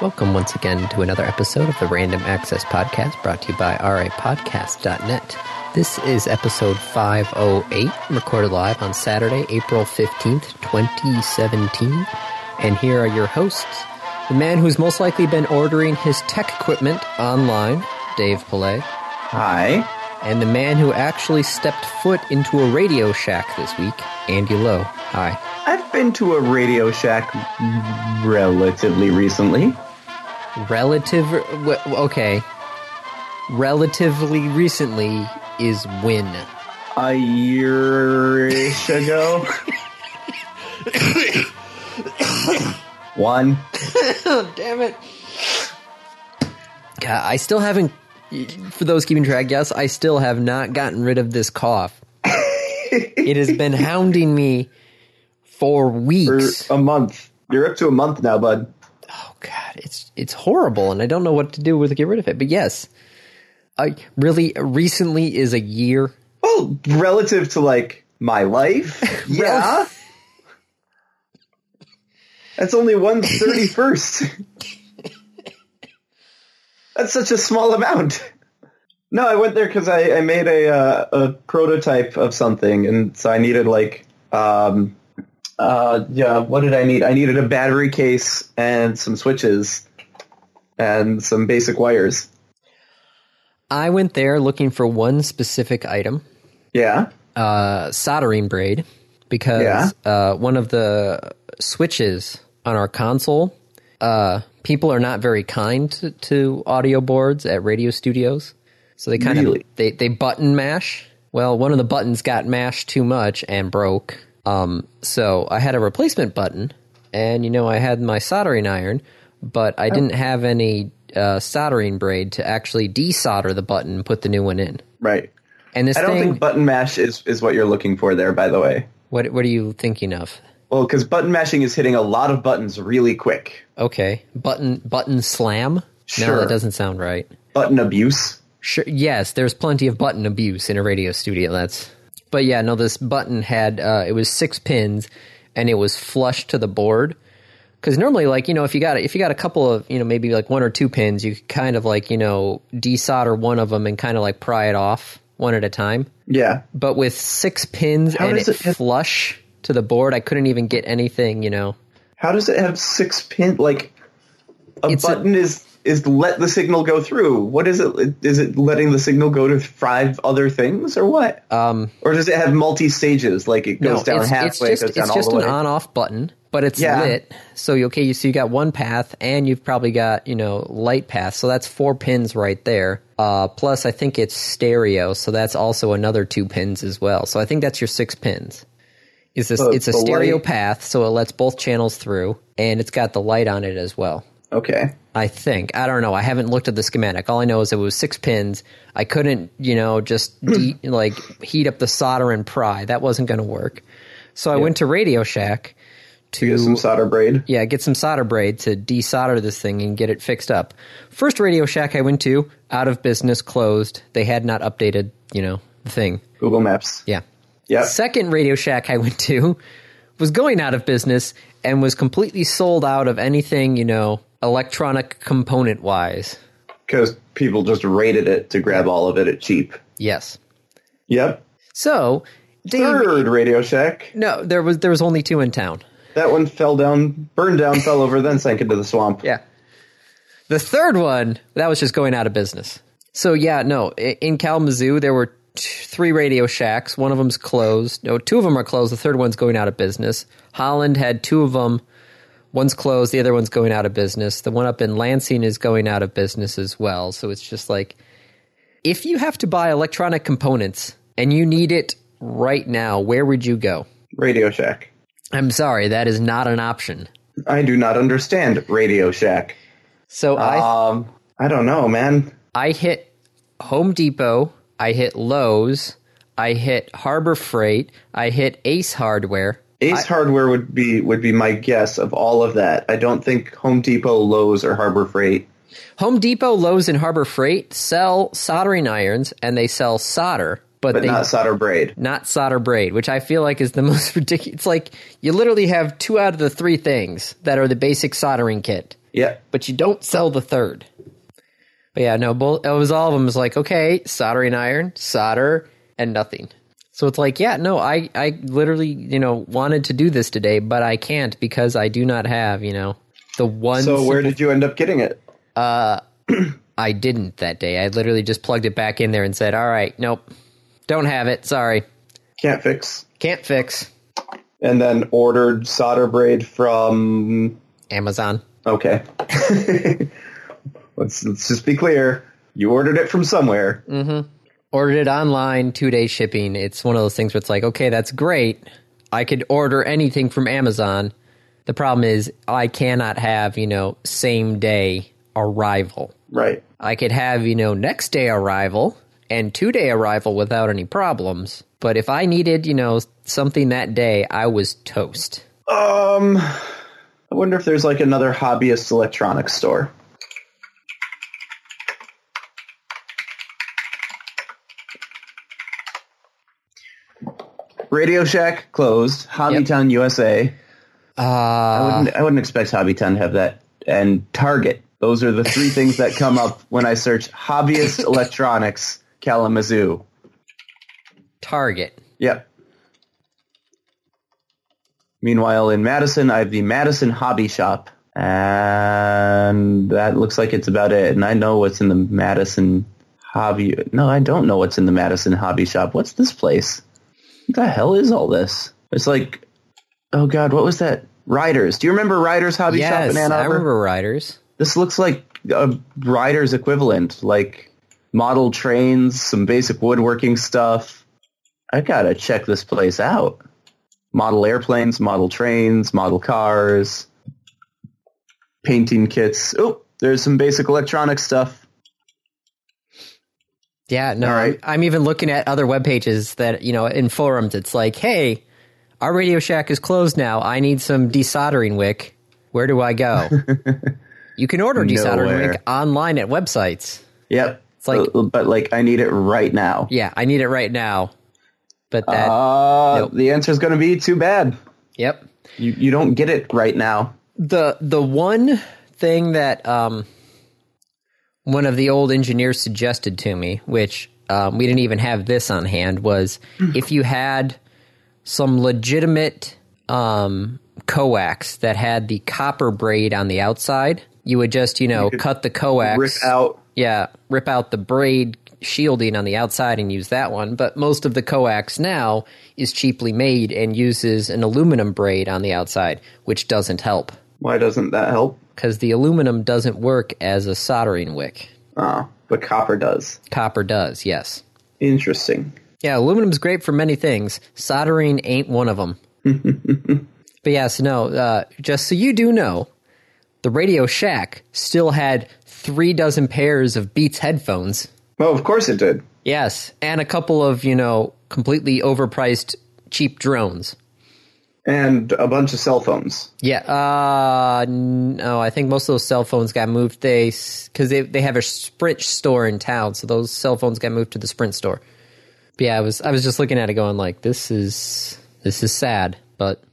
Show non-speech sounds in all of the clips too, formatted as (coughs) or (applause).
Welcome once again to another episode of the Random Access Podcast brought to you by rapodcast.net. This is episode 508, recorded live on Saturday, April 15th, 2017. And here are your hosts the man who's most likely been ordering his tech equipment online, Dave Pillay, Hi. and the man who actually stepped foot into a Radio Shack this week, Andy Lowe. Hi. I've been to a Radio Shack m- relatively recently. Relative. w- Okay. Relatively recently is when. A year-ish ago. One. Oh, Damn it. God, I still haven't. For those keeping track, yes, I still have not gotten rid of this (laughs) cough. it has been hounding me for Or weeks. er, a month. You're up to a month now, bud. oh God, it's it's horrible, and I don't know what to do with to get rid of it. But yes, I really recently is a year. Well, relative to, like, my life, yeah. That's only one thirty-first. That's such a small amount. No, I went there because I, I made a uh, a prototype of something, and so I needed like um uh yeah what did I need? I needed a battery case and some switches and some basic wires. I went there looking for one specific item, Yeah, uh, soldering braid, because uh, one of the switches on our console. Uh, people are not very kind to, to audio boards at radio studios, so they kind Really? of they they button mash. Well, one of the buttons got mashed too much and broke. Um, so I had a replacement button, and you know I had my soldering iron, but Oh. I didn't have any uh, soldering braid to actually desolder the button and put the new one in. right. And this I don't thing, think button mash is is what you're looking for there. By the way, what what are you thinking of? well, because button mashing is hitting a lot of buttons really quick. Okay, button button slam. No, Sure. that doesn't sound right. Button abuse. Sure. Yes, there's plenty of button abuse in a radio studio. That's. But yeah, no. This button had uh, it was six pins, and it was flush to the board. Because normally, like you know, if you got if you got a couple of you know maybe like one or two pins, you could kind of like you know desolder one of them and kind of like pry it off one at a time. Yeah. But with six pins and does it, it have- flush to the board, I couldn't even get anything. You know. How does it have six pin? Like a It's a- button is is let the signal go through. What is it? Is it letting the signal go to five other things or what? Um, or does it have multi stages? Like it goes down it's, it's halfway, just, goes down it's all just the an way. on-off button, but it's Yeah. lit. So you okay, you so you got one path, and you've probably got you know light path. So that's four pins right there. Uh, plus, I think it's stereo, so that's also another two pins as well. So I think that's your six pins. Is this? So it's a the stereo light- path, so it lets both channels through, and it's got the light on it as well. okay. I think. I don't know. I haven't looked at the schematic. All I know is it was six pins. I couldn't, you know, just de- like heat up the solder and pry. That wasn't going to work. So I went to Radio Shack to Get some solder braid. yeah, get some solder braid to desolder this thing and get it fixed up. First Radio Shack I went to, out of business, closed. They had not updated, you know, the thing. Google Maps. Yeah. Yep. Second Radio Shack I went to was going out of business and was completely sold out of anything, you know, electronic component wise. Because people just raided it to grab all of it at cheap. Yes. Yep. So, Dave, Third Radio Shack. no, there was there was only two in town. That one fell down, burned down, fell over, then sank into the swamp. Yeah. The third one, that was just going out of business. So yeah, no, i- in Kalamazoo there were t- three Radio Shacks. One of them's closed. No, two of them are closed. The third one's going out of business. Holland had two of them. One's closed. The other one's going out of business. The one up in Lansing is going out of business as well. So it's just like, if you have to buy electronic components and you need it right now, where would you go? Radio Shack. I'm sorry, that is not an option. I do not understand Radio Shack. So I Um, I don't know, man. I hit Home Depot, I hit Lowe's, I hit Harbor Freight, I hit Ace Hardware. Ace Hardware would be would be my guess of all of that. I don't think Home Depot, Lowe's, or Harbor Freight. Home Depot, Lowe's, and Harbor Freight sell soldering irons and they sell solder, but, But they not solder braid. not solder braid, which I feel like is the (laughs) most ridiculous. It's like you literally have two out of the three things that are the basic soldering kit. Yeah. but you don't sell the third. But yeah, no, both, it was all of them. Is like, okay, soldering iron, solder, and nothing. So it's like, yeah, no, I, I literally, you know, wanted to do this today, but I can't because I do not have, you know, the one. So where did you end up getting it? I didn't that day. I literally just plugged it back in there and said, all right, nope, don't have it. Sorry, Can't fix. can't fix And then ordered solder braid from Amazon. Okay. (laughs) let's, let's just be clear. You ordered it from somewhere. Mm. ordered it online, two day shipping. It's one of those things where it's like, okay, that's great. I could order anything from Amazon. The problem is, I cannot have, you know, same day arrival. Right. I could have, you know, next day arrival and two day arrival without any problems. But if I needed, you know, something that day, I was toast. Um, I wonder if there's like another hobbyist electronics store. Radio Shack closed. Hobbytown USA. I Uh, wouldn't, I wouldn't expect Hobbytown to have that. And Target. Those are the three things that come up when I search hobbyist electronics Kalamazoo. Target. Yep. Meanwhile, in Madison, I have the Madison Hobby Shop, and that looks like it's about it. And I know what's in the Madison Hobby. No, I don't know what's in the Madison Hobby Shop. What's this place? What the hell is all this? It's like, oh god, what was that? Riders. Do you remember Riders Hobby Shop Yes, in Ann I Arbor? remember Riders. This looks like a Riders equivalent, like model trains, some basic woodworking stuff. I gotta check this place out. Model airplanes, model trains, model cars, painting kits. Oh, there's some basic electronic stuff. Yeah, no, All right. I'm, I'm even looking at other web pages that you know in forums. It's like, hey, our Radio Shack is closed now. I need some desoldering wick. Where do I go? (laughs) you can order desoldering Nowhere. wick online at websites. Yep. It's like- but like I need it right now. Yeah, I need it right now. But that, Uh, Nope. The answer is going to be too bad. yep. You you don't get it right now. the the one thing that um, one of the old engineers suggested to me, which um, we didn't even have this on hand, was Mm. if you had some legitimate um, coax that had the copper braid on the outside, you would just you know cut the coax Rip out. yeah, rip out the braid shielding on the outside and use that one. But most of the coax now is cheaply made and uses an aluminum braid on the outside, which doesn't help Why doesn't that help? because the aluminum doesn't work as a soldering wick. Oh, but copper does. Copper does, yes. Interesting. Yeah, aluminum's great for many things. Soldering ain't one of them. but yes, no, uh, just so you do know, the Radio Shack still had three dozen pairs of Beats headphones. Well, of course it did. Yes, and a couple of, you know, completely overpriced cheap drones. and a bunch of cell phones. Yeah. Uh no, I think most of those cell phones got moved they cuz they they have a Sprint store in town, so those cell phones got moved to the Sprint store. But yeah, I was I was just looking at it going like this is this is sad, but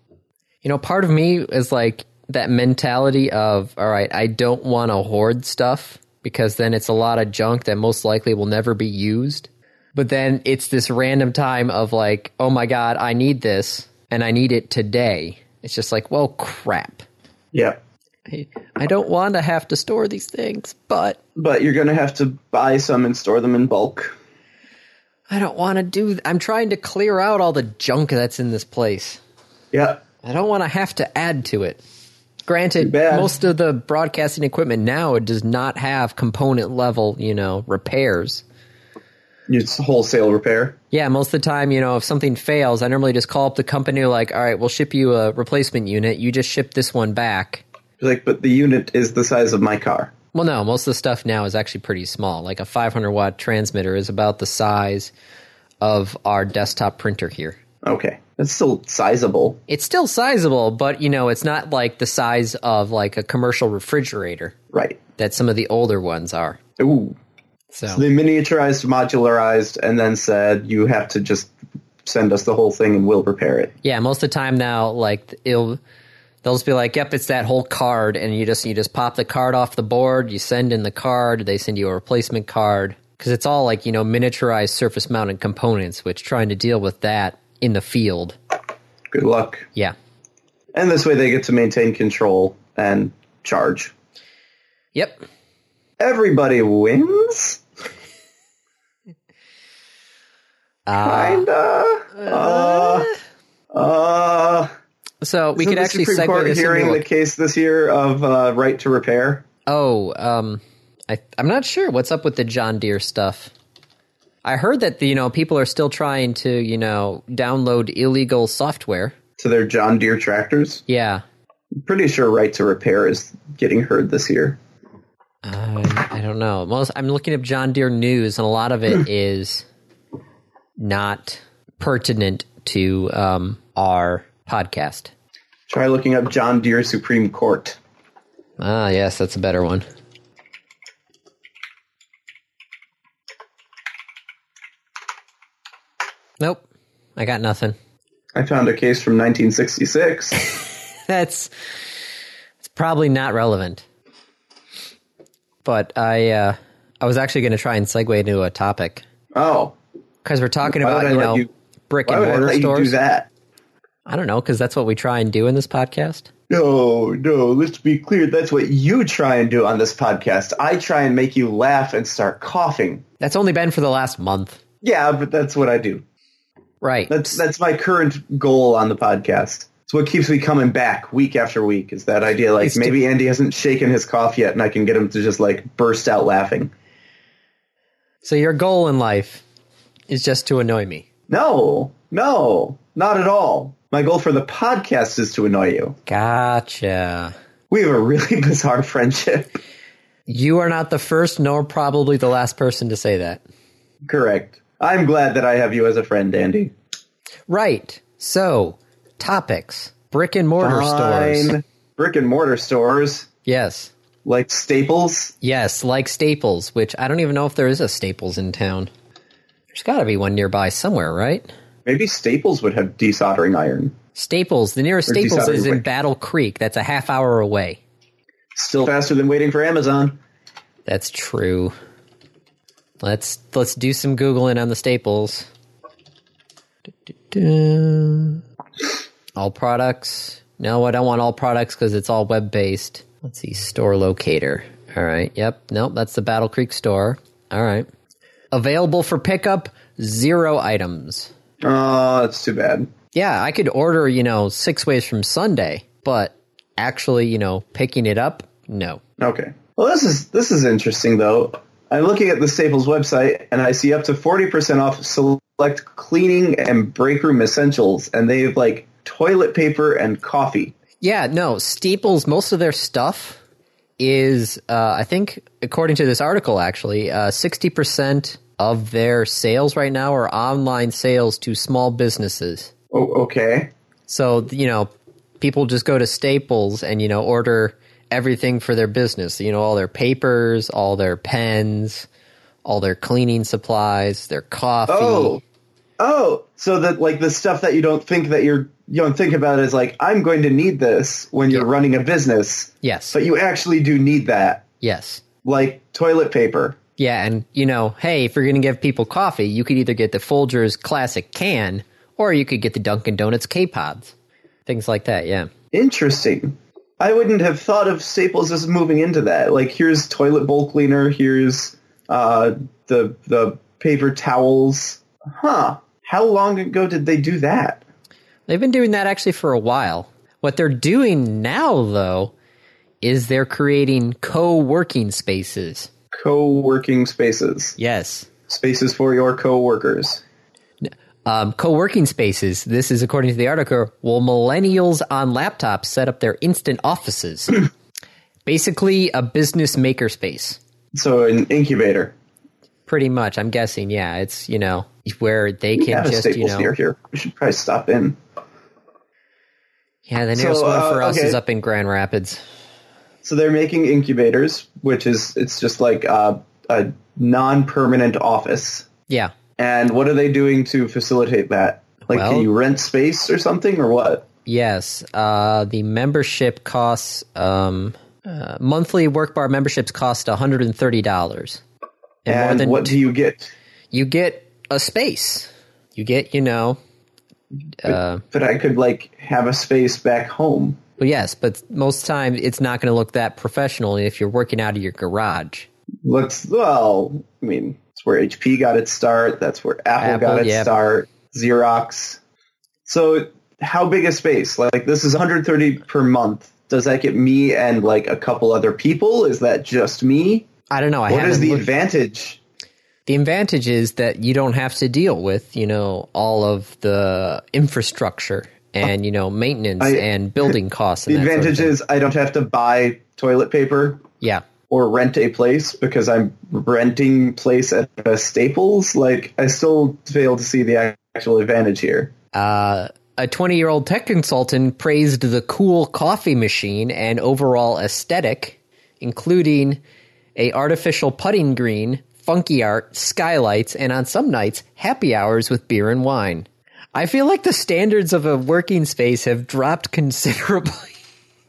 you know, part of me is like that mentality of all right, I don't want to hoard stuff because then it's a lot of junk that most likely will never be used. But then it's this random time of like, oh my god, I need this and I need it today. It's just like, well, crap. Yeah. I, I don't want to have to store these things, but But you're going to have to buy some and store them in bulk. I don't want to do. I'm trying to clear out all the junk that's in this place. Yeah. I don't want to have to add to it. Granted, bad. most of the broadcasting equipment now does not have component level, you know, repairs. It's wholesale repair. Yeah, most of the time, you know, if something fails, I normally just call up the company like, "All right, we'll ship you a replacement unit. You just ship this one back." Like, but the unit is the size of my car. Well, no, most of the stuff now is actually pretty small. Like a 500 watt transmitter is about the size of our desktop printer here. Okay. That's still sizable. It's still sizable, but you know, it's not like the size of like a commercial refrigerator Right. that some of the older ones are. Ooh. They So miniaturized, modularized, and then said you have to just send us the whole thing and we'll repair it. yeah, most of the time now, like it'll They'll just be like, "Yep, it's that whole card," and you just you just pop the card off the board. You send in the card. They send you a replacement card because it's all like you know miniaturized surface mounted components. Which trying to deal with that in the field, Good luck. yeah, And this way they get to maintain control and charge. yep. Everybody wins? (laughs) Uh, Kinda. Uh, uh, so we isn't could the actually Supreme segue Court this hearing into a- the case this year of uh, right to repair. Oh, um, I, I'm not sure what's up with the John Deere stuff. I heard that you know people are still trying to you know download illegal software. to their John Deere tractors. Yeah, Pretty sure right to repair is getting heard this year. Um, I, I don't know. Most I'm looking up John Deere news, and a lot of it is not pertinent to um, our podcast. Try looking up John Deere Supreme Court. Ah, yes, that's a better one. Nope, I got nothing. (laughs) I found a case from 1966. that's it's probably not relevant. But I uh, I was actually going to try and segue into a topic oh, because we're talking Why would about I you let know you- brick why and would I mortar let you do stores. that? I don't know because that's what we try and do in this podcast. No, no, let's be clear. That's what you try and do on this podcast. I try and make you laugh and start coughing. That's only been for the last month, Yeah, but that's what I do. right? That's that's my current goal on the podcast. It's what keeps me coming back week after week is that idea like It's to- maybe Andy hasn't shaken his cough yet and I can get him to just like burst out laughing. so your goal in life is just to annoy me. No, no, not at all. My goal for the podcast is to annoy you. Gotcha. We have a really (laughs) bizarre friendship. You are not the first, nor probably the last person to say that. Correct. I'm glad that I have you as a friend, Andy. Right. So, topics: brick and mortar stores. Fine. Brick and mortar stores Yes. like Staples. Yes, like Staples, which I don't even know if there is a Staples in town. There's got to be one nearby somewhere, right? Maybe Staples would have desoldering iron. Staples, the nearest Or Staples Desoutering is in Creek. Battle Creek. That's a half hour away. Still faster than waiting for Amazon. That's true. Let's let's do some googling on the Staples. Du-du-du. All products. No, I don't want all products because it's all web based. Let's see, store locator. All right. Yep. Nope. That's the Battle Creek store. All right. Available for pickup. Zero items. Oh, that's too bad. Yeah, I could order you know six ways from Sunday, but actually you know picking it up, no. Okay. Well, this is this is interesting though. I'm looking at the Staples website and I see up to 40% off select cleaning and break room essentials and they have like toilet paper and coffee. Yeah, no, Staples, most of their stuff is, uh, I think, according to this article, actually, uh, 60% of their sales right now are online sales to small businesses. Oh, okay. So, you know, people just go to Staples and, you know, order everything for their business, you know, all their papers, all their pens, all their cleaning supplies, their coffee. Oh. Oh, so that like the stuff that you don't think that you're you don't think about is like I'm going to need this when you're Yeah. running a business, yes. but you actually do need that, yes. like toilet paper. Yeah, and you know, hey, if you're going to give people coffee, you could either get the Folgers classic can or you could get the Dunkin' Donuts K-Pods. Things like that, yeah. Interesting. I wouldn't have thought of Staples as moving into that. Like, here's toilet bowl cleaner. Here's uh, the the paper towels. Huh? How long ago did they do that? They've been doing that actually for a while. What they're doing now though is they're creating co-working spaces. Co-working spaces, Yes. spaces for your co-workers. Um, co-working spaces. This is according to the article. Will millennials on laptops set up their instant offices? (clears throat) Basically, a business makerspace. So an incubator. Pretty much, I'm guessing. Yeah, it's you know where they We can have a just you Staples know near here. (laughs) We should probably stop in. yeah the nearest So, one for uh, us is okay. up in Grand Rapids. So they're making incubators, which is it's just like uh, a non-permanent office. Yeah, And what are they doing to facilitate that? Like, Well- can you rent space or something, or what? Yes, uh, the membership costs um, uh, monthly work bar memberships cost one hundred and thirty dollars. more And than what do you get? you get a space. You get you know. Uh, But I could like have a space back home. well, yes, but most times it's not going to look that professional if you're working out of your garage. Looks well. I mean, it's where HP got its start. That's where Apple, Apple, got its yeah. start. Xerox. So, how big a space? Like this is 130 per month. Does that get me and like a couple other people? Is that just me? I don't know. I What haven't is the looked- advantage? the advantage is that you don't have to deal with you know all of the infrastructure and you know maintenance I- and building costs. And The that sort of advantage thing. is I don't have to buy toilet paper yeah, or rent a place because I'm renting place at a Staples. Like I still fail to see the actual advantage here. uh, a 20 year old tech consultant praised the cool coffee machine and overall aesthetic, including a artificial putting green, funky art, skylights, and on some nights, happy hours with beer and wine. I feel like the standards of a working space have dropped (laughs) considerably.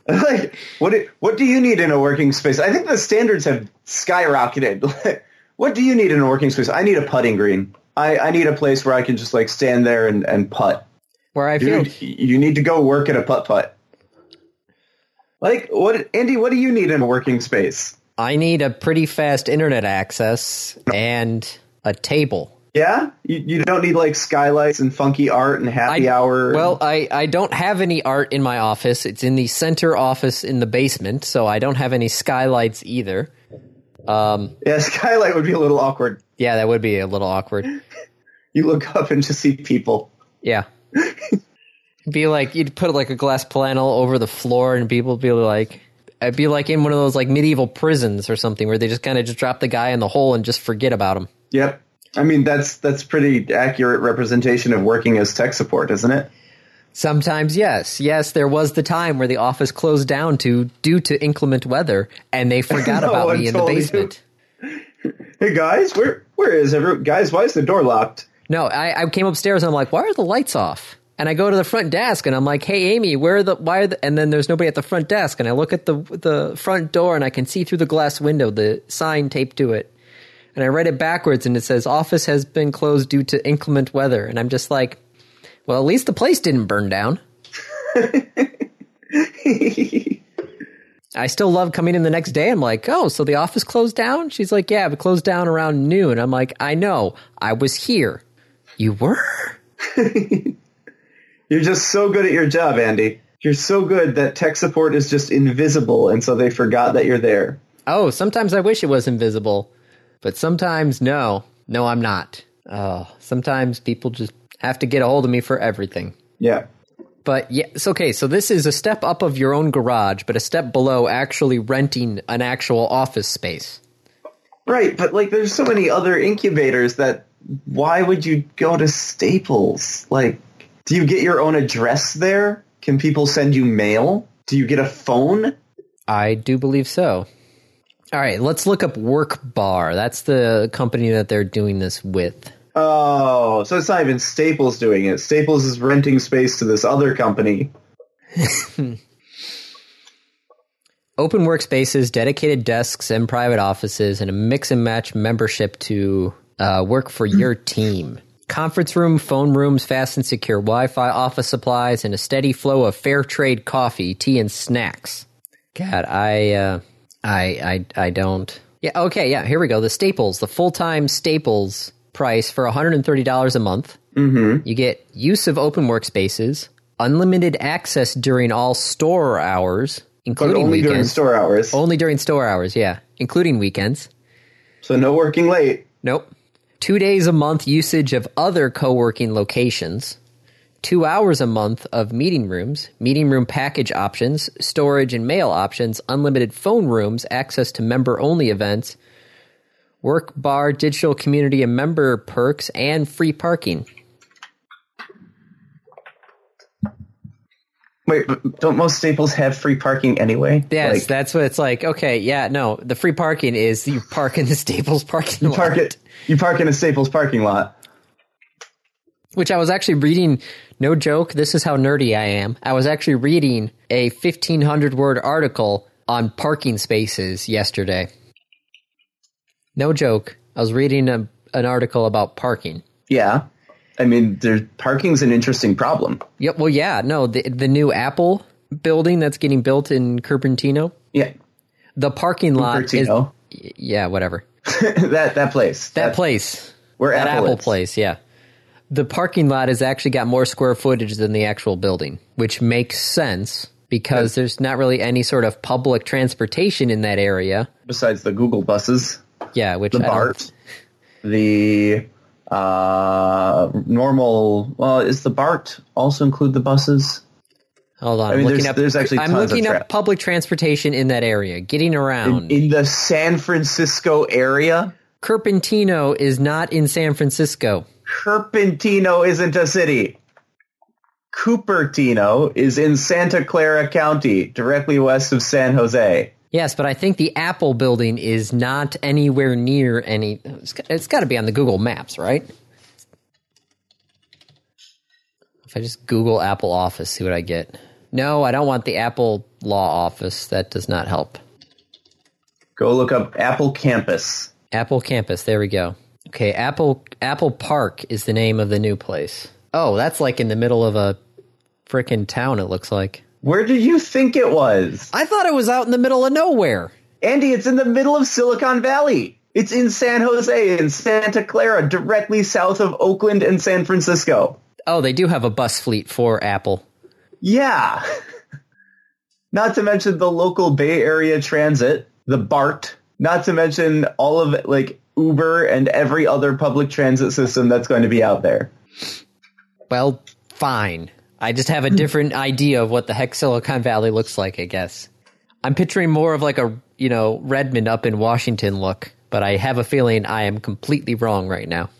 like (laughs) what do, what do you need in a working space? I think the standards have skyrocketed. (laughs) what do you need in a working space? I need a putting green. I, I need a place where I can just like stand there and, and putt. Where I feel Dude, you need to go work at a putt putt. Like what Andy, what do you need in a working space? I need a pretty fast internet access and a table. Yeah? You, you don't need like skylights and funky art and happy I- hour. Well, I, I don't have any art in my office. It's in the center office in the basement, so I don't have any skylights either. yeah, (laughs) skylight would be a little awkward. Yeah, that would be a little awkward. You look up and just see people. Yeah. be like you'd put like a glass panel over the floor and people would be like I'd be like in one of those like medieval prisons or something where they just kind of just drop the guy in the hole and just forget about him. Yep. I mean that's that's pretty accurate representation of working as tech support, isn't it? Sometimes, yes. Yes, there was the time where the office closed down to due to inclement weather, and they forgot (laughs) No about one me in the told you. basement. Hey guys, where where is everyone? Guys, why is the door locked? No, I, I came upstairs and I'm like, why are the lights off? And I go to the front desk and I'm like, hey Amy, where are the why are the and then there's nobody at the front desk and I look at the the front door and I can see through the glass window the sign taped to it. And I read it backwards and it says office has been closed due to inclement weather and I'm just like, well, at least the place didn't burn down. I still love coming in the next day. I'm like, oh, so the office closed down? She's like, yeah, it closed down around noon. I'm like, I know. I was here. You were? You're just so good at your job, Andy. You're so good that tech support is just invisible, and so they forgot that you're there. Oh, sometimes I wish it was invisible, but sometimes no. No, I'm not. Oh, sometimes people just have to get a hold of me for everything. Yeah. But yeah, it's okay. So this is a step up of your own garage, but a step below actually renting an actual office space. Right, but like there's so many other incubators that why would you go to Staples? Like do you get your own address there? Can people send you mail? Do you get a phone? I do believe so. All right, let's look up Work Bar. That's the company that they're doing this with. Oh, so it's not even Staples doing it. Staples is renting space to this other company. Open workspaces, dedicated desks, and private offices, and a mix and match membership to uh, work for (laughs) your team. Conference room, phone rooms, fast and secure Wi Fi, office supplies, and a steady flow of fair trade coffee, tea, and snacks. God, I, uh, I, I, I don't. Yeah, okay, yeah, here we go. The Staples, the full time Staples price for $130 a month. Mm-hmm. You get use of open workspaces, unlimited access during all store hours, But including only weekends. during store hours. Only during store hours, yeah, including weekends. So no working late. Nope. Two days a month usage of other co working locations. Two hours a month of meeting rooms, meeting room package options, storage and mail options, unlimited phone rooms, access to member only events, work bar, digital community, and member perks, and free parking. Wait, but don't most Staples have free parking anyway? Yes, Like, that's what it's like. Okay, yeah, no, the free parking is you (laughs) park in the Staples parking lot. park it. You park in a Staples parking lot. which I was actually reading. No joke, this is how nerdy I am. I was actually reading a 1500 word article on parking spaces yesterday. No joke, I was reading a, an article about parking. Yeah. I mean, there, parking's an interesting problem. Yep, well, yeah, no, the, the new Apple building that's getting built in Cupertino, Yeah. the parking lot Cupertino. is. Yeah, whatever. (laughs) that that place. That place. where that Apple Apple is. place, yeah. The parking lot has actually got more square footage than the actual building, which makes sense because there's not really any sort of public transportation in that area. besides the Google buses, Yeah, which the I don't- BART, the uh, normal. Well, is the BART also include the buses? Hold on, I mean, am looking there's- up. there's actually I'm tons of looking up tra- public transportation in that area, getting around. In the San Francisco area, Carpentino is not in San Francisco. Cupertino isn't a city. Cupertino is in Santa Clara County, directly west of San Jose. Yes, but I think the Apple building is not anywhere near any. It's, got- it's got to be on the Google Maps, right? If I just Google Apple Office, see what I get. No, I don't want the Apple Law Office. That does not help. Go look up Apple Campus. Apple Campus. There we go. Okay, Apple Apple Park is the name of the new place. Oh, that's like in the middle of a freaking town. It looks like. Where did you think it was? I thought it was out in the middle of nowhere. Andy, it's in the middle of Silicon Valley. It's in San Jose, in Santa Clara, directly south of Oakland and San Francisco. Oh, they do have a bus fleet for Apple. Yeah. (laughs) Not to mention the local Bay Area Transit, the BART. Not to mention all of like Uber and every other public transit system that's going to be out there. Well, fine. I just Hmm. have a different idea of what the heck Silicon Valley looks like, I guess. I'm picturing more of like a, you know, Redmond up in Washington look, but I have a feeling I am completely wrong right now.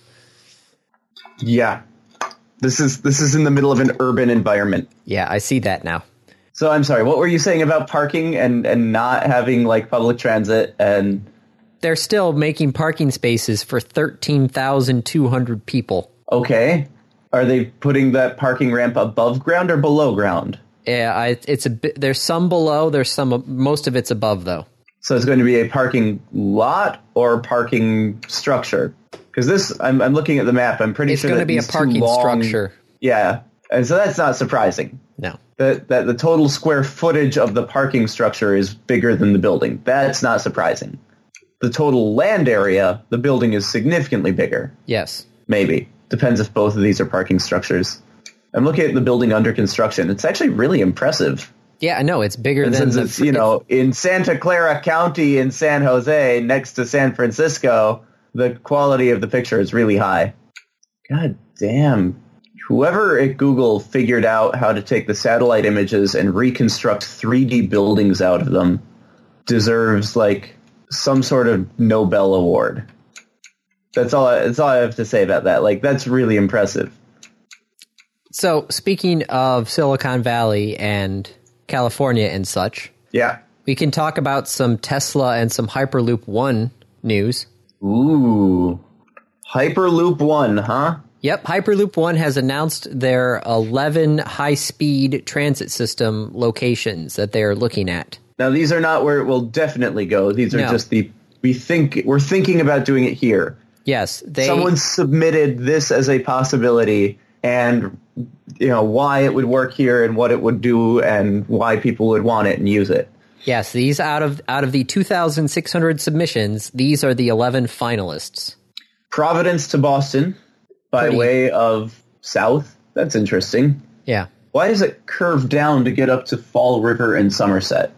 Yeah. This is this is in the middle of an urban environment. Yeah, I see that now. So I'm sorry, what were you saying about parking and and not having like public transit and They're still making parking spaces for 13,200 people. Okay. Are they putting that parking ramp above ground or below ground? Yeah, I, it's a bit, there's some below, there's some, ab- most of it's above though. So it's going to be a parking lot or parking structure? Because this, I'm, I'm looking at the map. I'm pretty It's sure going to that be a these two parking long- structure. Yeah, and so that's not surprising. No. That that the total square footage of the parking structure is bigger than the building. That's not surprising. The total land area, the building is significantly bigger. Yes. Maybe. Depends if both of these are parking structures. I'm looking at the building under construction. It's actually really impressive. Yeah, I know. It's bigger And than since the, it's, you know, in Santa Clara County in San Jose next to San Francisco, the quality of the picture is really high. God damn. Whoever at Google figured out how to take the satellite images and reconstruct 3D buildings out of them deserves like some sort of Nobel award. That's all. I, that's all I have to say about that. Like, that's really impressive. So, speaking of Silicon Valley and California and such, Yeah. we can talk about some Tesla and some Hyperloop One news. Ooh. Hyperloop One, huh? Yep, Hyperloop One has announced their 11 high speed transit system locations that they are looking at. Now these are not where it will definitely go. These are No. just the we think we're thinking about doing it here. Yes, they. Someone submitted this as a possibility and you know why it would work here and what it would do and why people would want it and use it. Yes, these out of out of the 2,600 submissions, these are the 11 finalists. Providence to Boston by Pretty- way of south. That's interesting. Yeah, Why does it curve down to get up to Fall River and Somerset?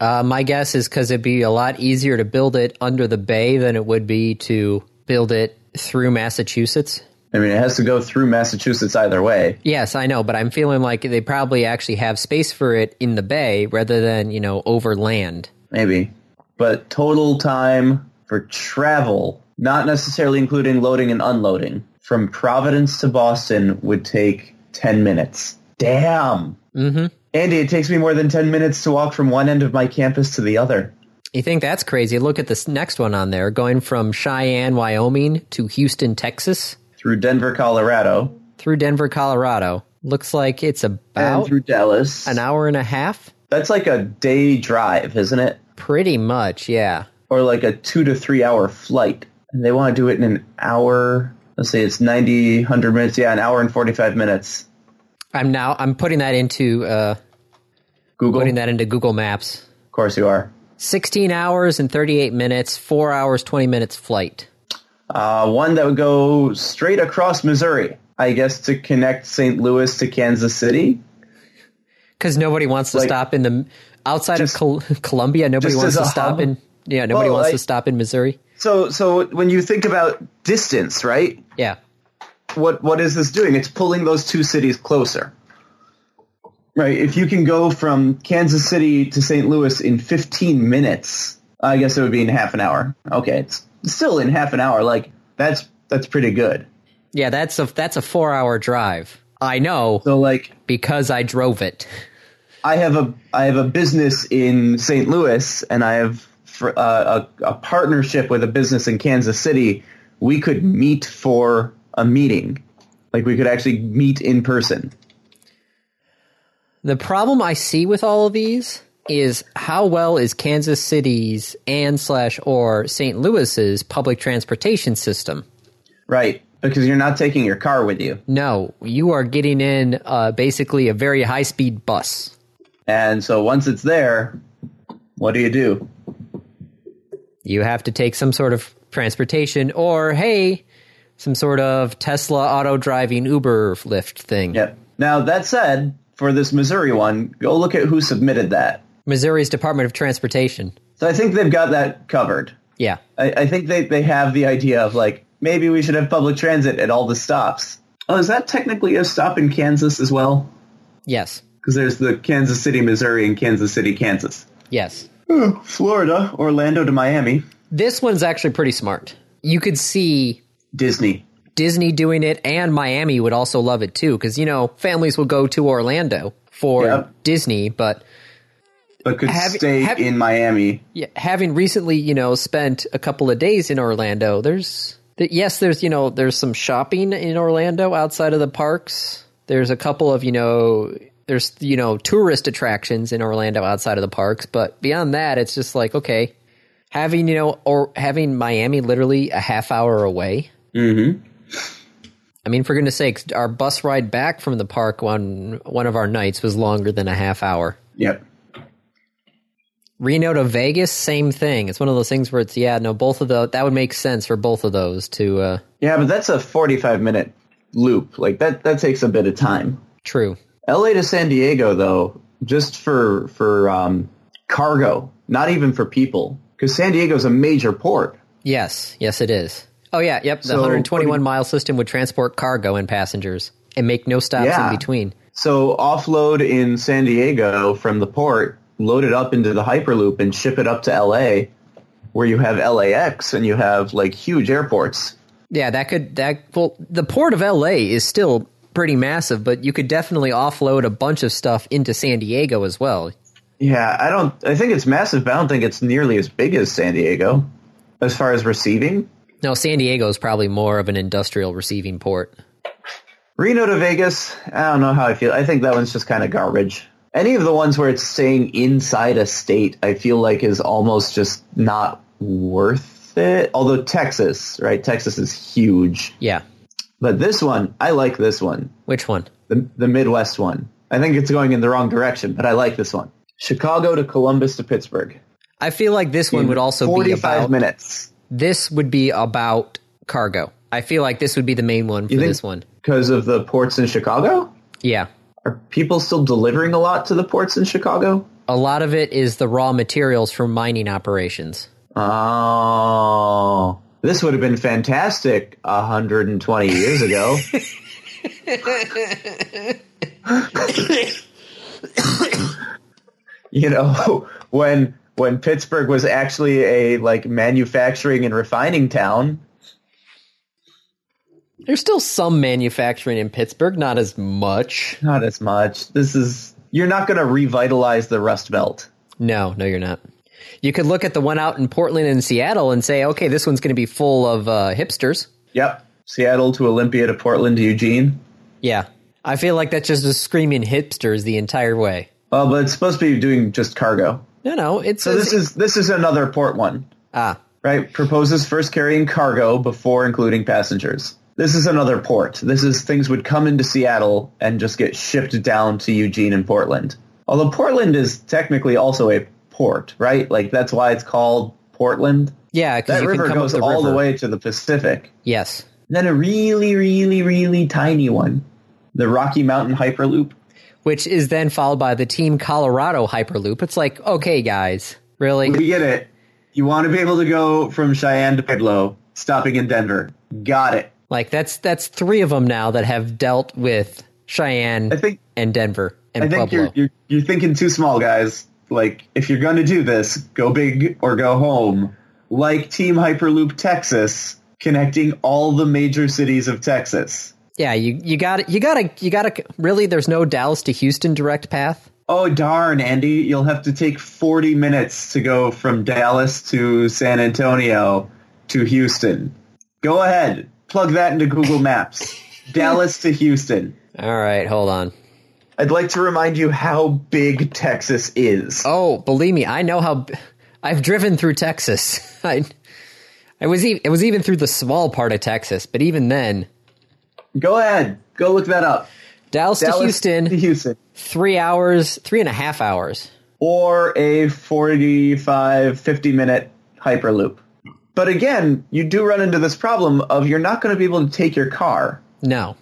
Uh, my guess is because it'd be a lot easier to build it under the bay than it would be to build it through Massachusetts. I mean, it has to go through Massachusetts either way. Yes, I know, but I'm feeling like they probably actually have space for it in the bay rather than, you know, over land. maybe. But total time for travel, not necessarily including loading and unloading, from Providence to Boston would take 10 minutes. Damn. Mm-hmm. Andy, it takes me more than 10 minutes to walk from one end of my campus to the other. You think that's crazy? Look at this next one on there going from Cheyenne, Wyoming to Houston, Texas. through Denver, Colorado, through Denver, Colorado. Looks like it's and about through Dallas. an hour and a half. That's like a day drive, isn't it? Pretty much, yeah. Or like a two to three hour flight. And they want to do it in an hour. Let's see, it's 90, 100 minutes. Yeah, an hour and 45 minutes. I'm now I'm putting that into uh, Google? putting that into Google Maps. Of course you are. 16 hours and 38 minutes, 4 hours 20 minutes flight. Uh, one that would go straight across Missouri, I guess, to connect St. Louis to Kansas City. Cuz nobody wants to Like- stop in the outside Just- of Col- Columbia, nobody just wants as to a stop hub? in yeah, nobody Well, wants I- to stop in Missouri. So, so when you think about distance, right? Yeah. What what is this doing? It's pulling those two cities closer. Right. If you can go from Kansas City to St. Louis in 15 minutes, I guess it would be in half an hour. Okay, it's still in half an hour. Like that's that's pretty good. Yeah, that's a that's a 4-hour drive. I know So like because I drove it. I have a I have a business in St. Louis, and I have fr- uh, a, a partnership with a business in Kansas City. We could meet for a meeting, like we could actually meet in person. The problem I see with all of these is how well is Kansas City's and slash or St. Louis's public transportation system? Right, because you're not taking your car with you, No, you are getting in uh, basically a very high speed bus. and so once it's there, what do you do? You have to take some sort of transportation or, hey, some sort of Tesla auto driving Uber Lyft thing. Yep. Now that said, for this Missouri one, go look at who submitted that. Missouri's Department of Transportation. So I think they've got that covered. Yeah. I, I think they, they have the idea of like maybe we should have public transit at all the stops. Oh, is that technically a stop in Kansas as well? Yes. Because there's the Kansas City, Missouri, and Kansas City, Kansas. Yes. Oh, Florida, Orlando to Miami, This one's actually pretty smart. You could see Disney. Disney doing it and Miami would also love it too because you know families will go to Orlando for Yep. Disney but But could Have- stay have- in Miami. yeah, having recently you know spent a couple of days in Orlando there's th- yes there's you know there's some shopping in Orlando outside of the parks there's a couple of you know there's you know tourist attractions in Orlando outside of the parks but beyond that it's just like okay having you know or having Miami literally a half hour away I mean, for goodness sakes, our bus ride back from the park on one of our nights was longer than a half hour. Yep. Reno to Vegas, same thing. It's one of those things where it's yeah, no, both of the that would make sense for both of those to uh Yeah, but that's a 45 minute loop. Like that, that takes a bit of time. true. LA to San Diego, though, just for for um, cargo, not even for people, because San Diego's a major port. Yes, yes it is. Oh yeah, yep, the So, 121 mile system would transport cargo and passengers and make no stops Yeah. in between. So offload in San Diego from the port, load it up into the Hyperloop and ship it up to LA, where you have LAX and you have like huge airports. Yeah, that could that well the port of LA is still pretty massive, but you could definitely offload a bunch of stuff into San Diego as well. Yeah, I don't. I think it's massive, but I don't think it's nearly as big as San Diego, as far as receiving. No, San Diego is probably more of an industrial receiving port. Reno to Vegas, I don't know how I feel. I think that one's just kind of garbage. Any of the ones where it's staying inside a state, I feel like is almost just not worth it. Although Texas, right? Texas is huge. Yeah. But this one, I like this one. Which one? The, the Midwest one. I think it's going in the wrong direction, but I like this one. Chicago to Columbus to Pittsburgh. I feel like this one would also be 45 about minutes. this would be about cargo. I feel like this would be the main one for think- this one. Because of the ports in Chicago? Yeah. Are people still delivering a lot to the ports in Chicago? A lot of it is the raw materials for mining operations. Oh, this would have been fantastic 120 years ago. (coughs) you know, when when Pittsburgh was actually a like manufacturing and refining town. There's still some manufacturing in Pittsburgh, not as much. Not as much. This is you're not going to revitalize the Rust Belt. No, no you're not. You could look at the one out in Portland and Seattle and say, "Okay, this one's going to be full of uh, hipsters." Yep. Seattle to Olympia to Portland to Eugene. Yeah. I feel like that's just a screaming hipsters the entire way. Oh, but it's supposed to be doing just cargo. No, no, it's So this is this is another port one, ah. right? Proposes first carrying cargo before including passengers. This is another port. This is things would come into Seattle and just get shipped down to Eugene and Portland. Although Portland is technically also a port, right? Like that's why it's called Portland. Yeah, because That you can river come goes up the all river. the way to the Pacific. Yes. Then a really, really, really tiny one, the Rocky Mountain Hyperloop. Which is then followed by the Team Colorado Hyperloop. It's like, okay, guys, really? We get it. You want to be able to go from Cheyenne to Pueblo, stopping in Denver. Got it. Like that's that's three of them now that have dealt with Cheyenne I think- and Denver and I think Pueblo. you're, you're you're thinking too small, guys. Like if you're going to do this, go big or go home. Like Team Hyperloop Texas, connecting all the major cities of Texas. yeah, you you got to You got to you got to really. There's no Dallas to Houston direct path. Oh darn, Andy, you'll have to take 40 minutes to go from Dallas to San Antonio to Houston. Go ahead, plug that into (laughs) Google Maps. Dallas to Houston. All right, hold on. I'd like to remind you how big Texas is. Oh, believe me, I know how. (laughs) b- I've driven through Texas. (laughs) I, I was even it was even through the small part of Texas, but even then, Go ahead, go look that up. Dallas, Dallas to Houston, to Houston, three hours, three and a half hours. or a 45, 50 minute Hyperloop. But again, you do run into this problem of you're not going to be able to take your car. No,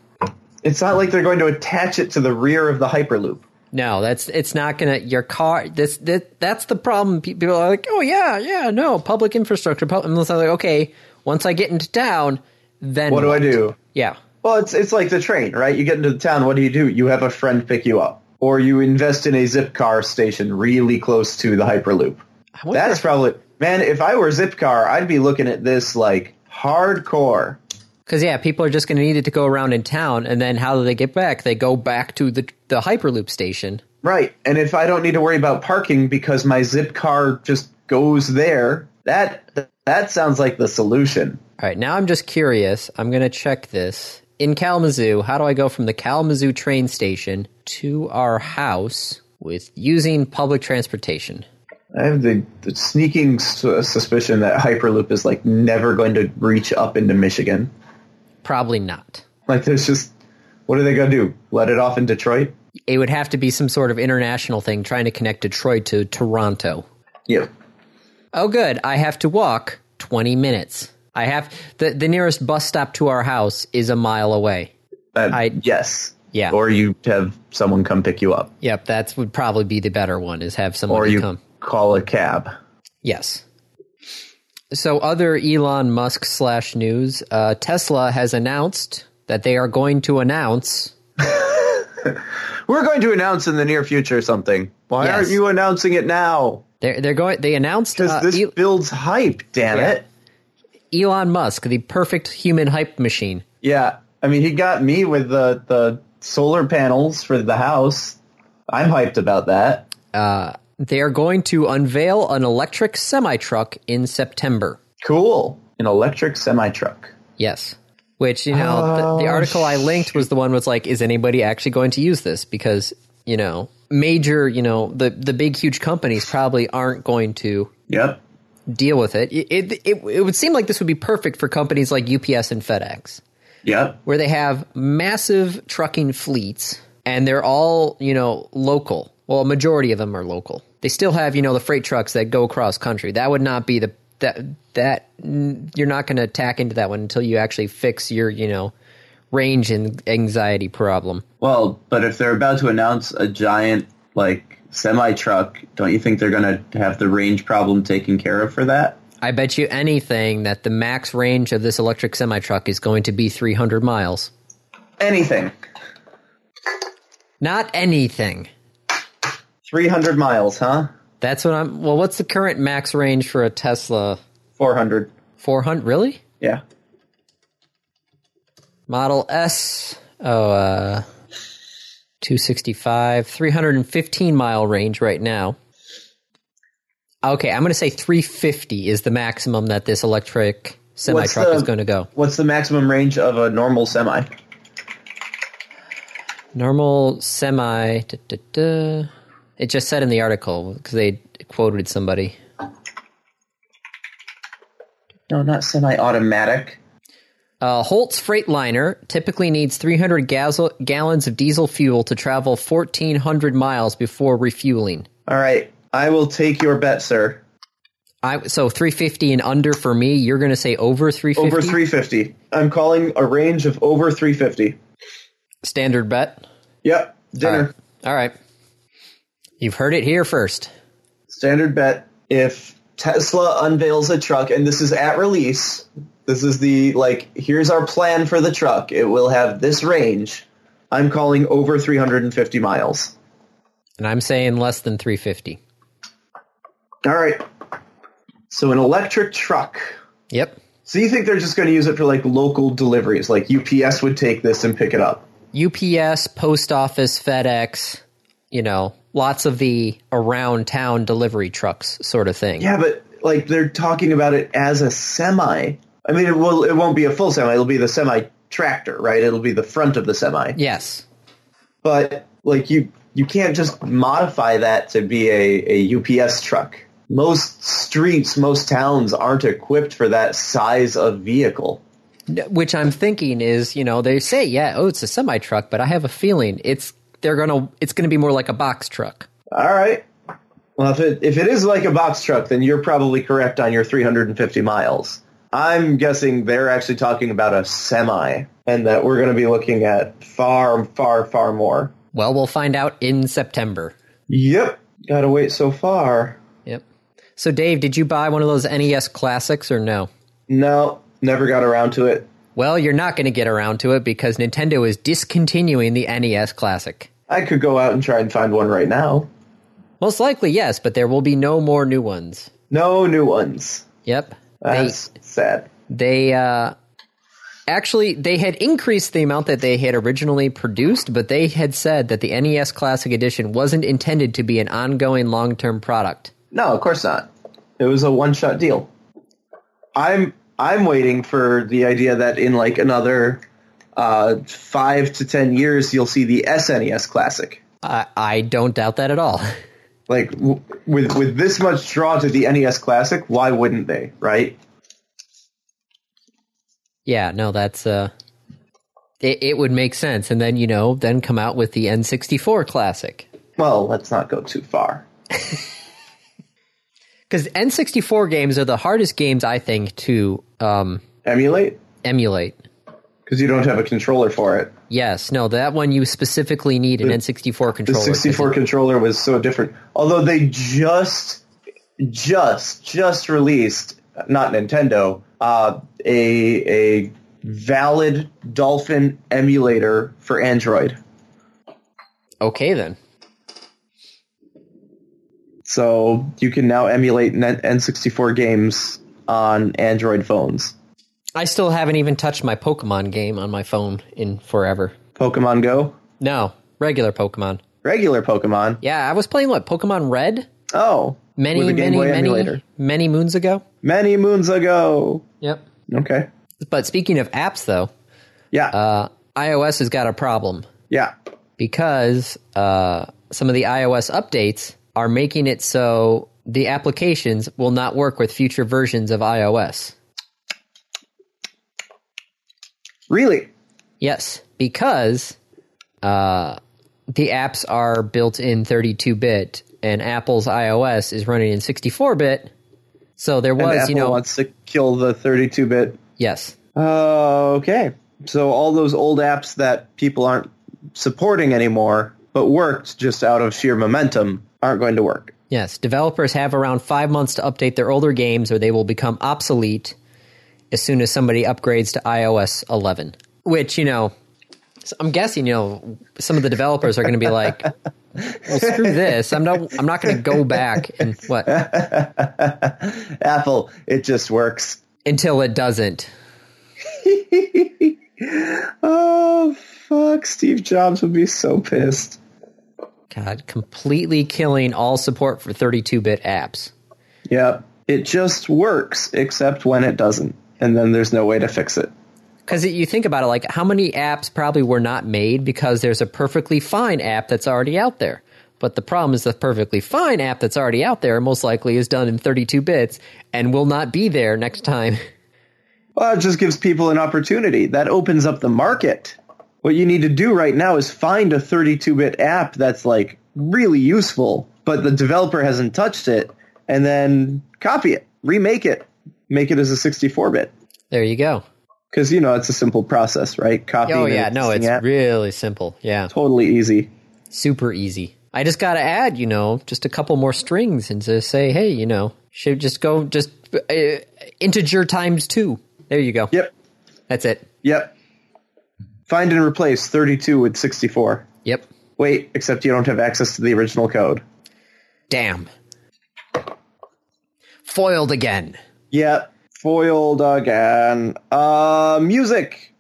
It's not like they're going to attach it to the rear of the Hyperloop. No, that's it's not gonna your car. This that that's the problem. Pe- People are like, oh yeah, yeah, no public infrastructure. Public, and it's like, okay, once I get into town, then What do I do? Yeah, Well, it's it's like the train, right? You get into the town. What do you do? You have a friend pick you up, or you invest in a Zipcar station really close to the Hyperloop. I wonder- That's probably man. If I were Zipcar, I'd be looking at this like hardcore. because yeah, people are just gonna need it to go around in town, and then how do they get back? They go back to the the hyperloop station. Right. And if I don't need to worry about parking because my zip car just goes there, that that sounds like the solution. All right, now I'm just curious. I'm gonna check this in Kalamazoo. How do I go from the Kalamazoo train station to our house with using public transportation? I have the, the sneaking su- suspicion that Hyperloop is like never going to reach up into Michigan. Probably not. Like there's just what are they going to do? Let it off in Detroit? it would have to be some sort of international thing trying to connect Detroit to Toronto. Yeah. Oh, good. I have to walk 20 minutes. I have the, the nearest bus stop to our house is a mile away. That, I- yes. Yeah. Or you have someone come pick you up Yep, that would probably be the better one is have or someone you come. call a cab. Yes. So, other Elon Musk slash news uh, Tesla has announced that they are going to announce. We're going to announce in the near future something. Why Yes. aren't you announcing it now? They're, they're going. They announced Because uh, this E- builds hype, damn Yeah. it. Elon Musk, the perfect human hype machine. Yeah. I mean, he got me with the, the solar panels for the house. I'm hyped about that. They are going to unveil an electric semi truck in September. Cool. An electric semi truck. Yes. Which, you know, the, the article I linked was the one was like, is anybody actually going to use this? Because, you know, major, you know, the, the big, huge companies probably aren't going to Yep. deal with it. It, it, it. it would seem like this would be perfect for companies like UPS and FedEx, Yep. where they have massive trucking fleets and they're all, you know, local. Well, a majority of them are local. They still have, you know, the freight trucks that go across country. That would not be the that that n- you're not going to tack into that one until you actually fix your, you know, range and anxiety problem. Well, but if they're about to announce a giant, like, semi truck, don't you think they're going to have the range problem taken care of for that? I bet you anything that the max range of this electric semi truck is going to be 300 miles. Anything. Not anything. 300 miles, huh? That's what I'm. Well, what's the current max range for a Tesla? 400. 400? Really? Yeah. Model S. Oh, uh, 265, 315 mile range right now. Okay, I'm going to say 350 is the maximum that this electric semi truck the- is going to go. What's the maximum range of a normal semi? Normal semi. duh, duh, duh. It just said in the article because they quoted somebody. No, not semi-automatic. Uh, Holt's Freightliner typically needs 300 gas- gallons of diesel fuel to travel 1,400 miles before refueling. All right, I will take your bet, sir. I so 350 and under for me. You're going to say over 350. Over 350. I'm calling a range of over 350. Standard bet. Yep, dinner. All right. You've heard it here first. Standard bet. If Tesla unveils a truck, and this is at release, this is the like. Here's our plan for the truck. It will have this range. I'm calling over 350 miles. And I'm saying less than 350. All right. So an electric truck. Yep. So you think they're just going to use it for like local deliveries? Like UPS would take this and pick it up. UPS, post office, FedEx, you know, lots of the around town delivery trucks sort of thing. Yeah, but like they're talking about it as a semi. I mean, it will. It won't be a full semi. It'll be the semi tractor, right? It'll be the front of the semi. Yes. but like you you can't just modify that to be a, a UPS truck. Most streets, most towns aren't equipped for that size of vehicle. N- Which I'm thinking is, you know, they say, yeah, oh, it's a semi truck, but I have a feeling it's they're gonna it's gonna be more like a box truck. All right. Well, if it if it is like a box truck, then you're probably correct on your 350 miles. I'm guessing they're actually talking about a semi, and that we're going to be looking at far, far, far more. Well, we'll find out in September. Yep. Got to wait so far. Yep. So, Dave, did you buy one of those NES classics or no? No, never got around to it. Well, you're not going to get around to it because Nintendo is discontinuing the NES Classic. I could go out and try and find one right now. Most likely, yes, but there will be no more new ones. No new ones. Yep. That's sad. They, they uh, actually they had increased the amount that they had originally produced, but they had said that the NES Classic Edition wasn't intended to be an ongoing long-term product. No, of course not. It was a one shot deal. I'm I'm waiting for the idea that in like another uh, five to ten years you'll see the SNES Classic. I, I don't doubt that at all. (laughs) Like w- with with this much draw to the NES Classic, why wouldn't they? Right? yeah, no, that's uh, it, it would make sense, and then you know, then come out with the N64 Classic. Well, let's not go too far. because N64 games are the hardest games I think to um, Emulate emulate. because you don't have a controller for it. Yes, no, that one you specifically need an N64 The controller. 'cause 64 controller was so different. Although they just, just, just released, not Nintendo, uh, a a valid Dolphin emulator for Android. it- Okay, then. So you can now emulate N- N64 games on Android phones. I still haven't even touched my Pokemon game on my phone in forever. Pokemon Go, No, regular Pokemon. regular Pokemon. Yeah, I was playing what Pokemon Red Oh, many, with a Game many, Boy many, emulator. many moons ago. Many moons ago. Yep. Okay. But speaking of apps, though, Yeah. uh, iOS has got a problem. yeah. because uh, some of the iOS updates are making it so the applications will not work with future versions of iOS. Really? Yes, because uh, the apps are built in 32 bit and Apple's iOS is running in 64 bit. So there And was, Apple you know, wants to kill the 32-bit yes, Oh, okay. So all those old apps that people aren't supporting anymore, but worked just out of sheer momentum, aren't going to work. Yes, developers have around five months to update their older games, or they will become obsolete as soon as somebody upgrades to iOS 11. Which you know, s- I'm guessing you know some of the developers are going to be like, "Well, screw this! I'm not. I'm not going to go back and (laughs) what Apple, it just works. until it doesn't." Oh, fuck. Steve Jobs would be so pissed. God, completely killing all support for 32-bit apps. Yep. It just works, except when it doesn't. and then there's no way to fix it. Because you think about it, like how many apps probably were not made because there's a perfectly fine app that's already out there. But the problem is the perfectly fine app that's already out there most likely is done in 32 bits and will not be there next time. (laughs) Well, it just gives people an opportunity. That opens up the market. What you need to do right now is find a 32 bit app that's like really useful, but the developer hasn't touched it, and then copy it, remake it, make it as a 64 bit. There you go. Because, you know, it's a simple process, right? Copy. Oh, yeah. No, it's app, really simple. Yeah. totally easy. Super easy. I just got to add, you know, just a couple more strings and to say, hey, you know, should just go, just uh, integer times two. There you go. Yep. That's it. Yep. Find and replace 32 with 64. Yep. Wait, except you don't have access to the original code. Damn. Foiled again. Yep. Foiled again. Uh, music.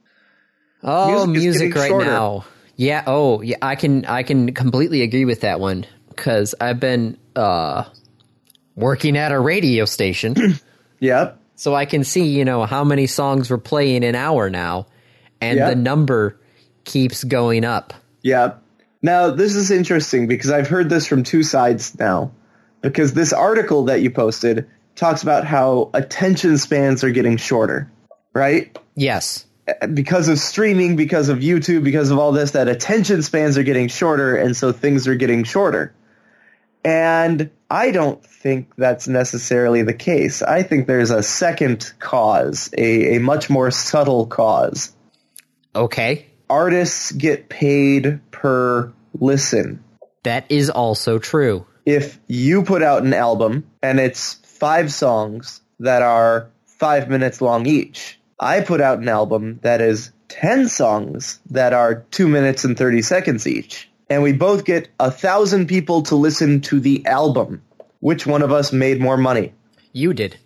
Oh, Music is music, getting right shorter. now. Yeah. Oh, yeah. I can I can completely agree with that one because I've been uh, working at a radio (clears throat) station, Yep. so I can see you know how many songs we're playing an hour now, and Yeah. the number keeps going up. Yeah. Now, this is interesting because I've heard this from two sides now. Because this article that you posted talks about how attention spans are getting shorter, right? Yes. Because of streaming, because of YouTube, because of all this, that attention spans are getting shorter, and so things are getting shorter. And I don't think that's necessarily the case. I think there's a second cause, a, a much more subtle cause. Okay. Artists get paid per listen. That is also true. if you put out an album and it's five songs that are five minutes long each, I put out an album that is 10 songs that are two minutes and 30 seconds each, and we both get a thousand people to listen to the album, which one of us made more money? You did.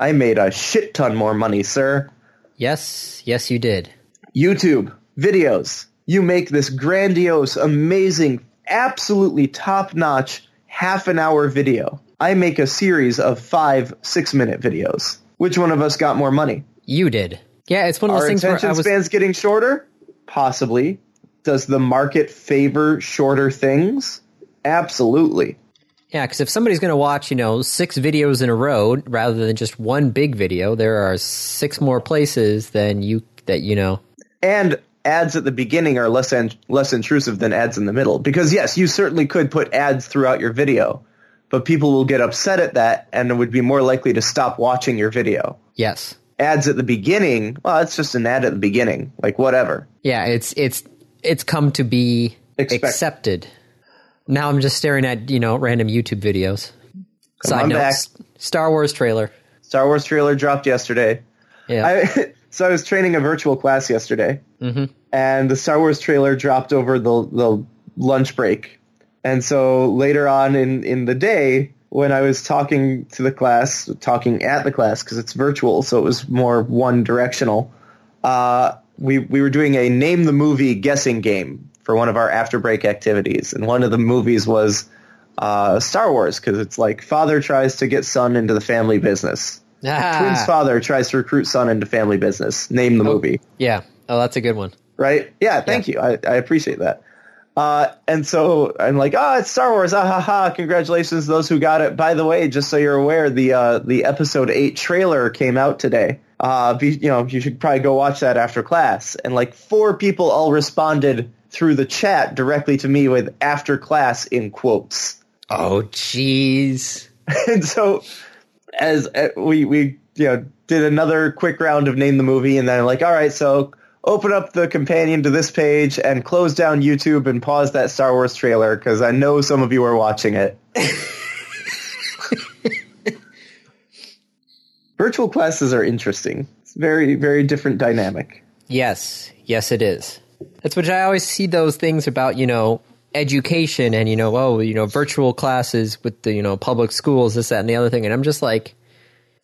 I made a shit ton more money, sir. Yes. Yes, you did. YouTube, videos. You make this grandiose, amazing, absolutely top notch half an hour video. I make a series of five, six minute videos. Which one of us got more money? You did. Yeah, it's one of those Are things where I attention was. spans getting shorter? Possibly. Does the market favor shorter things? Absolutely. Yeah, because if somebody's going to watch, you know, six videos in a row rather than just one big video, there are six more places than you that you know. and ads at the beginning are less and less intrusive than ads in the middle because yes you certainly could put ads throughout your video but people will get upset at that and would be more likely to stop watching your video Yes. ads at the beginning well it's just an ad at the beginning like whatever Yeah, it's it's it's come to be Expect- accepted. Now I'm just staring at you know random YouTube videos. Side on note, back. S- Star Wars trailer. star wars trailer dropped yesterday Yeah. I, (laughs) so I was training a virtual class yesterday, and the Star Wars trailer dropped over the the lunch break, and so later on in in the day when I was talking to the class, talking at the class because it's virtual, so it was more one directional. Uh, we we were doing a name the movie guessing game for one of our after break activities, and one of the movies was. Uh, Star Wars, because it's like father tries to get son into the family business. Twin's Ah, father tries to recruit son into family business. Name the movie, yeah. Oh, that's a good one. right? Yeah, thank you. I, I appreciate that. Uh, and so I'm like, oh, it's Star Wars. Ah, ha, ha. Congratulations to those who got it. By the way, just so you're aware, the uh, the episode eight trailer came out today. Uh, be, you know, you should probably go watch that after class. And like four people all responded through the chat directly to me with after class in quotes. Oh, jeez. (laughs) and so as uh, we we you know did another quick round of name the movie and then like all right so open up the companion to this page and close down youtube and pause that star wars trailer because i know some of you are watching it virtual classes are interesting it's very very different dynamic Yes, yes, it is. That's what I always see those things about, you know, education and, you know, oh, you know, virtual classes with the, you know, public schools, this, that, and the other thing. And I'm just like,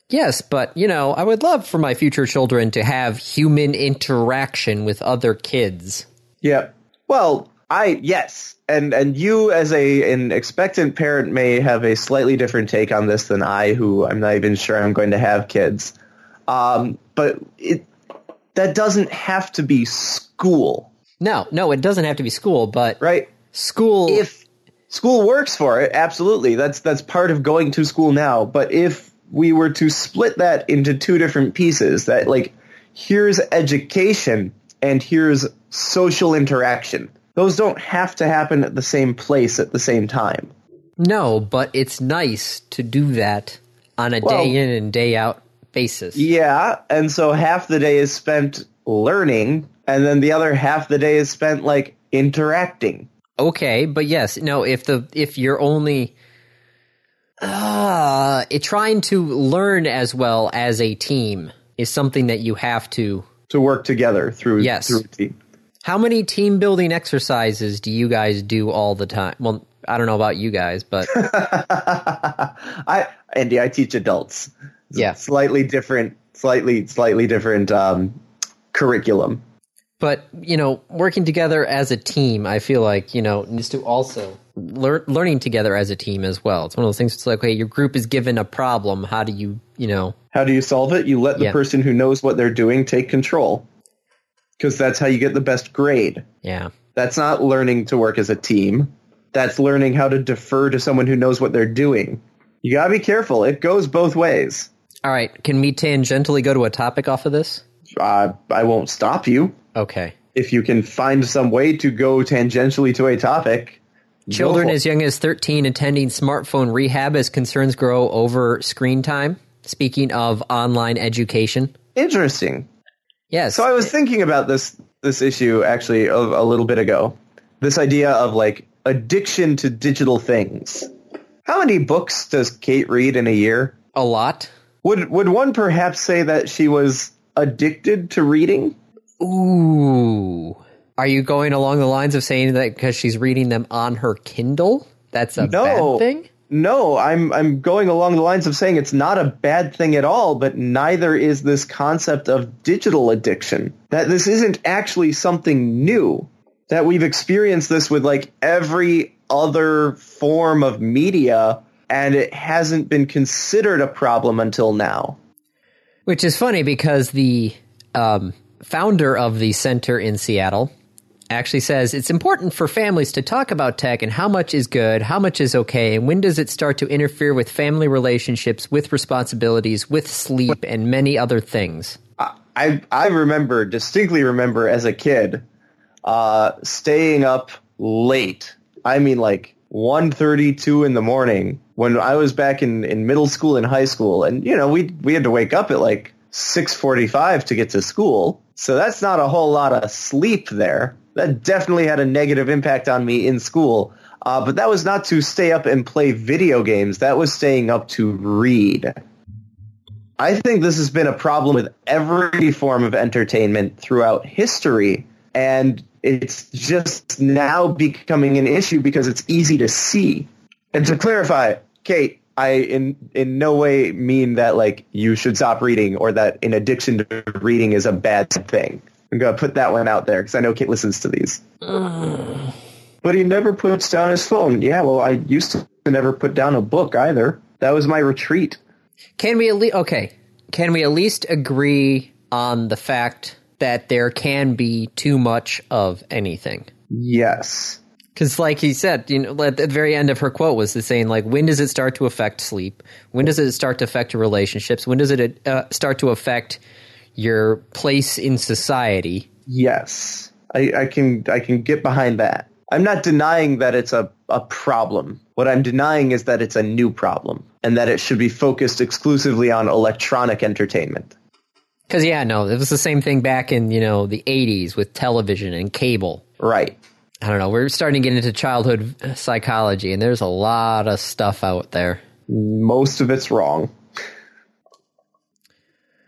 yes, but, you know, I would love for my future children to have human interaction with other kids. Yeah. Well, I yes, and and you as a an expectant parent may have a slightly different take on this than I, who I'm not even sure I'm going to have kids. Um, but it that doesn't have to be school, No, no, it doesn't have to be school, but right? school. If school works for it, absolutely. That's that's part of going to school now. But if we were to split that into two different pieces, that like here's education and here's social interaction. Those don't have to happen at the same place at the same time. no, but it's nice to do that on a Well- day in and day out basis. Yeah, and so half the day is spent learning, and then the other half the day is spent like interacting. Okay, but yes, no, if the if you're only uh, trying to learn as well as a team is something that you have to. to work together through Yes. through a team. How many team building exercises do you guys do all the time? Well, I don't know about you guys, but I Andy, I teach adults. yeah. Slightly different, slightly slightly different um, curriculum. But you know, working together as a team, I feel like you know needs to also learn learning together as a team as well. It's one of those things. It's like, hey, your group is given a problem. How do you, you know? How do you solve it? You let the Yeah. person who knows what they're doing take control. Cuz that's how you get the best grade. Yeah, That's not learning to work as a team. That's learning how to defer to someone who knows what they're doing. You got to be careful. It goes both ways. All right, can we tangentially go to a topic off of this? Uh, I won't stop you. Okay. If you can find some way to go tangentially to a topic, go Children for it. as young as 13 attending smartphone rehab as concerns grow over screen time. Speaking of online education. Interesting. Yes. So I was thinking about this this issue actually a, a little bit ago. This idea of like addiction to digital things. How many books does Kate read in a year? a lot. Would would one perhaps say that she was addicted to reading? Ooh. Are you going along the lines of saying that because she's reading them on her Kindle? That's a bad No. thing? No, I'm I'm going along the lines of saying it's not a bad thing at all, but neither is this concept of digital addiction. That this isn't actually something new. That we've experienced this with like every other form of media and it hasn't been considered a problem until now. Which is funny because the um, founder of the center in Seattle actually says it's important for families to talk about tech and how much is good, how much is okay, and when does it start to interfere with family relationships, with responsibilities, with sleep, and many other things. I I remember distinctly remember as a kid uh, staying up late. I mean like 1:32 in the morning when I was back in, in middle school and high school and you know we we had to wake up at like 6:45 to get to school. So that's not a whole lot of sleep there. That definitely had a negative impact on me in school. Uh, but that was not to stay up and play video games. That was staying up to read. I think this has been a problem with every form of entertainment throughout history, and it's just now becoming an issue because it's easy to see. And to clarify, Kate, I in in no way mean that like you should stop reading or that an addiction to reading is a bad thing. I'm gonna put that one out there because I know Kate listens to these. But he never puts down his phone. Yeah, well, I used to never put down a book either. That was my retreat. Can we at least okay? Can we at least agree on the fact that there can be too much of anything? Yes. Because, like he said, you know, at the very end of her quote was the saying, like, when does it start to affect sleep? When does it start to affect your relationships? When does it uh, start to affect your place in society? Yes, I, I can I can get behind that. I'm not denying that it's a, a problem. What I'm denying is that it's a new problem and that it should be focused exclusively on electronic entertainment. Because, yeah, no, it was the same thing back in, you know, the 80s with television and cable. Right. I don't know. We're starting to get into childhood psychology, and there's a lot of stuff out there. Most of it's wrong.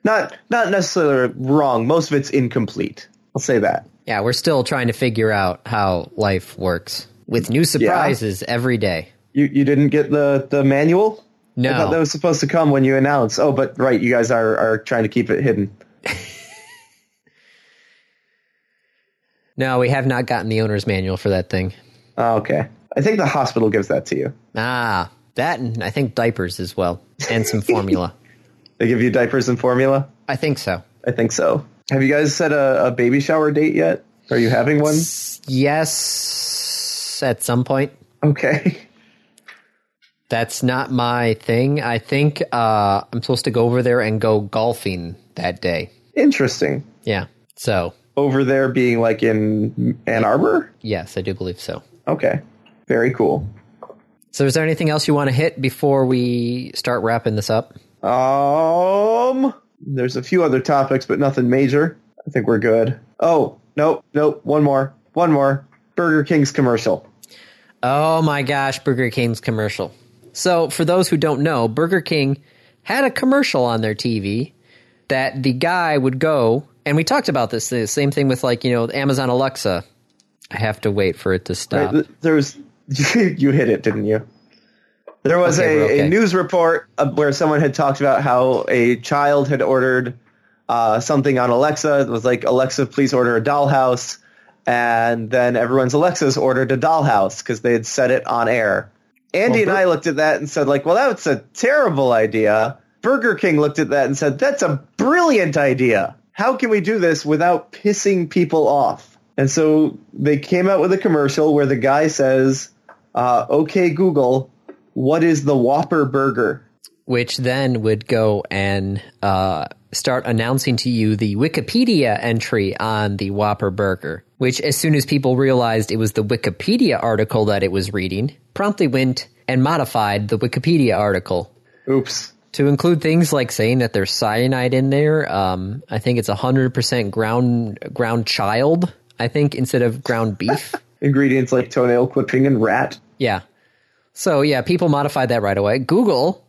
Not not necessarily wrong. Most of it's incomplete. I'll say that. Yeah, we're still trying to figure out how life works with new surprises every day. You you didn't get the, the manual? No. I thought that was supposed to come when you announced. Oh, but right, you guys are, are trying to keep it hidden. No, we have not gotten the owner's manual for that thing. Oh, okay. I think the hospital gives that to you. Ah, that and I think diapers as well, and some formula. They give you diapers and formula? I think so. I think so. Have you guys set a, a baby shower date yet? Are you having one? Yes, at some point. Okay. (laughs) That's not my thing. I think uh, I'm supposed to go over there and go golfing that day. Interesting. Yeah. So, Over there being like in Ann Arbor? yes, I do believe so. Okay. Very cool. So, is there anything else you want to hit before we start wrapping this up? Um, there's a few other topics, but nothing major. I think we're good. Oh, nope, nope. One more, one more. Burger King's commercial. Oh my gosh, Burger King's commercial. So, for those who don't know, Burger King had a commercial on their TV that the guy would go, and we talked about this the same thing with like, you know, Amazon Alexa. I have to wait for it to stop. Th- There was (laughs) you hit it, didn't you? There was Okay, a, we're okay. a news report uh, where someone had talked about how a child had ordered uh, something on Alexa. It was like Alexa, please order a dollhouse, and then everyone's Alexas ordered a dollhouse because they had said it on air. Andy and I looked at that and said, like, well, that's a terrible idea. Burger King looked at that and said, that's a brilliant idea. How can we do this without pissing people off? And so they came out with a commercial where the guy says, uh, okay, Google, what is the Whopper burger? which then would go and uh, start announcing to you the Wikipedia entry on the Whopper Burger, which, as soon as people realized it was the Wikipedia article that it was reading, promptly went and modified the Wikipedia article Oops. to include things like saying that there's cyanide in there. Um, I think it's 100% ground, ground child, I think, instead of ground (laughs) beef. Ingredients like toenail clipping and rat. Yeah. So yeah, people modified that right away. Google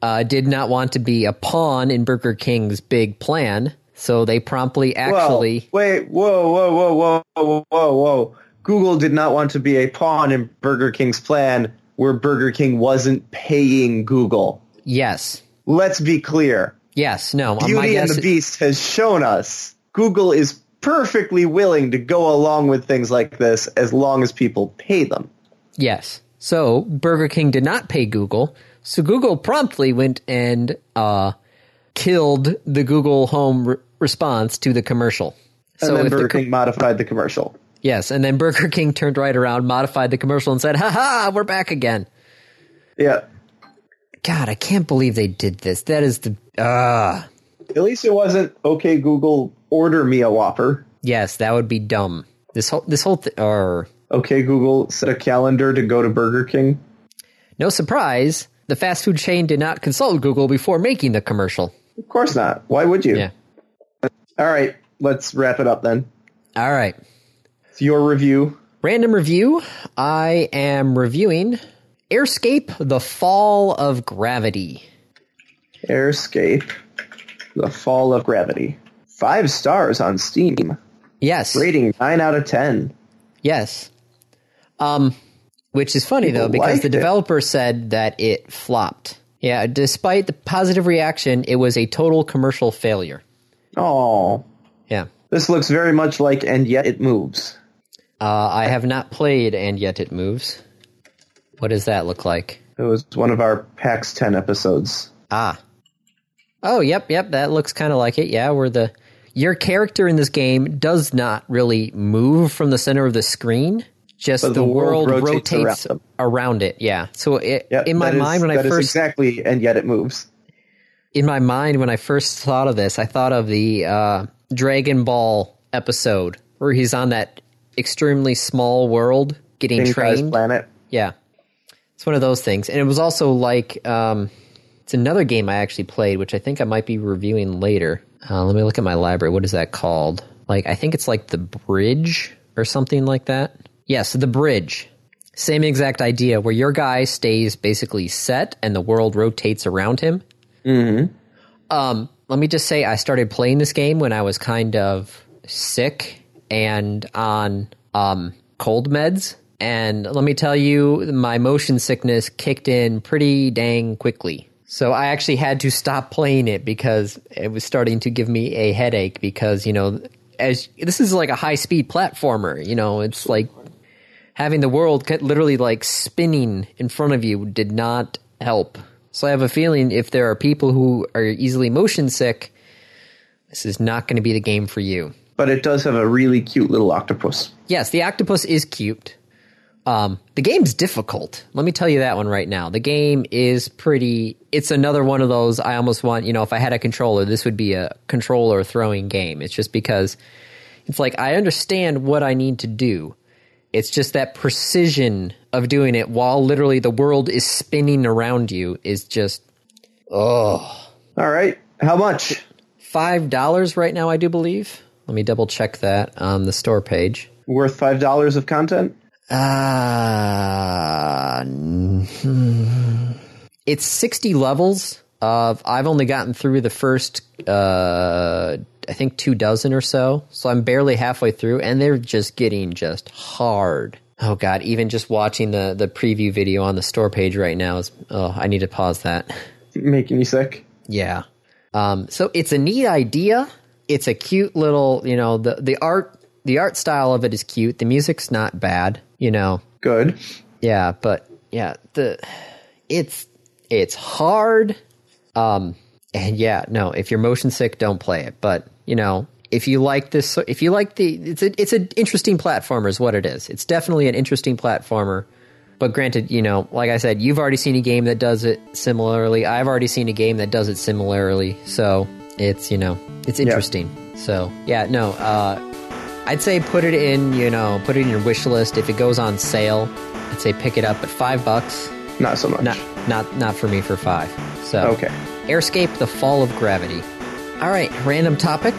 uh, did not want to be a pawn in Burger King's big plan, so they promptly actually Well, wait, whoa, whoa, whoa, whoa, whoa, whoa, whoa. Google did not want to be a pawn in Burger King's plan where Burger King wasn't paying Google. yes, Let's be clear. yes, no. my Beauty and guess, the Beast has shown us Google is perfectly willing to go along with things like this as long as people pay them. yes. So Burger King did not pay Google, so Google promptly went and uh, killed the Google Home re- response to the commercial. And So then if the Burger co- King modified the commercial. yes, and then Burger King turned right around, modified the commercial, and said, "Ha ha, we're back again." Yeah. God, I can't believe they did this. That is the ah. At least it wasn't okay Google order me a Whopper. yes, that would be dumb. This whole this whole th- or Okay Google set a calendar to go to Burger King. no surprise, the fast food chain did not consult Google before making the commercial. Of course not. Why would you? Yeah. All right, let's wrap it up then. All right. It's your review. Random review. I am reviewing Airscape: The Fall of Gravity. Airscape, The Fall of Gravity. Five stars on Steam. Yes. Rating 9 out of 10. Yes. Um, which is funny though People because liked the it. developer said that it flopped. Yeah. Despite the positive reaction, it was a total commercial failure. Oh, Yeah. this looks very much like And Yet It Moves. Uh, I have not played, and yet it moves. What does that look like? It was one of our PAX 10 episodes. Ah. Oh, yep, yep. That looks kind of like it. Yeah, where the your character in this game does not really move from the center of the screen. Just the, the world, world rotates, rotates around, around it. Yeah. So it, Yep, in my that is- mind, when I that is first exactly And Yet It Moves. in my mind when I first thought of this, I thought of the uh, Dragon Ball episode where he's on that extremely small world getting King Prize trained. Planet. Yeah. It's one of those things. And it was also like, um, it's another game I actually played, which I think I might be reviewing later. Uh, let me look at my library. What is that called? Like, I think it's like The Bridge or something like that. Yes, The Bridge. Same exact idea where your guy stays basically set and the world rotates around him. Mm-hmm. Um, let me just say, I started playing this game when I was kind of sick and on um, cold meds. And let me tell you, my motion sickness kicked in pretty dang quickly. So I actually had to stop playing it because it was starting to give me a headache because, you know, as this is like a high speed platformer, you know, it's like having the world ca- literally like spinning in front of you did not help. So I have a feeling if there are people who are easily motion sick, this is not going to be the game for you. But it does have a really cute little octopus. Yes, the octopus is cute. Um, the game's difficult. Let me tell you that one right now. The game is pretty. It's another one of those. I almost want, you know, if I had a controller, this would be a controller throwing game. It's just because it's like I understand what I need to do. It's just that precision of doing it while literally the world is spinning around you is just All right. How much? five dollars right now. I do believe. Let me double check that on the store page. Worth five dollars of content? Uh, n- hmm. it's 60 levels of I've only gotten through the first uh I think two dozen or so. So I'm barely halfway through and they're just getting just hard. Oh god, even just watching the the preview video on the store page right now is oh, I need to pause that. (laughs) Making me sick. Yeah. Um, so it's a neat idea. It's a cute little, you know, the the art the art style of it is cute. The music's not bad, you know. Good. Yeah, but yeah, the it's it's hard. Um and yeah, no, if you're motion sick, don't play it. But, you know, if you like this if you like the it's a it's an interesting platformer is what it is. It's definitely an interesting platformer. But granted, you know, like I said, you've already seen a game that does it similarly. I've already seen a game that does it similarly. So, it's, you know, it's interesting. So, yeah, no, uh I'd say put it in, you know, put it in your wish list. If it goes on sale, I'd say pick it up at five bucks. Not so much. Not, not, not for me for five. So Okay. Airscape: The Fall of Gravity. All right, random topic,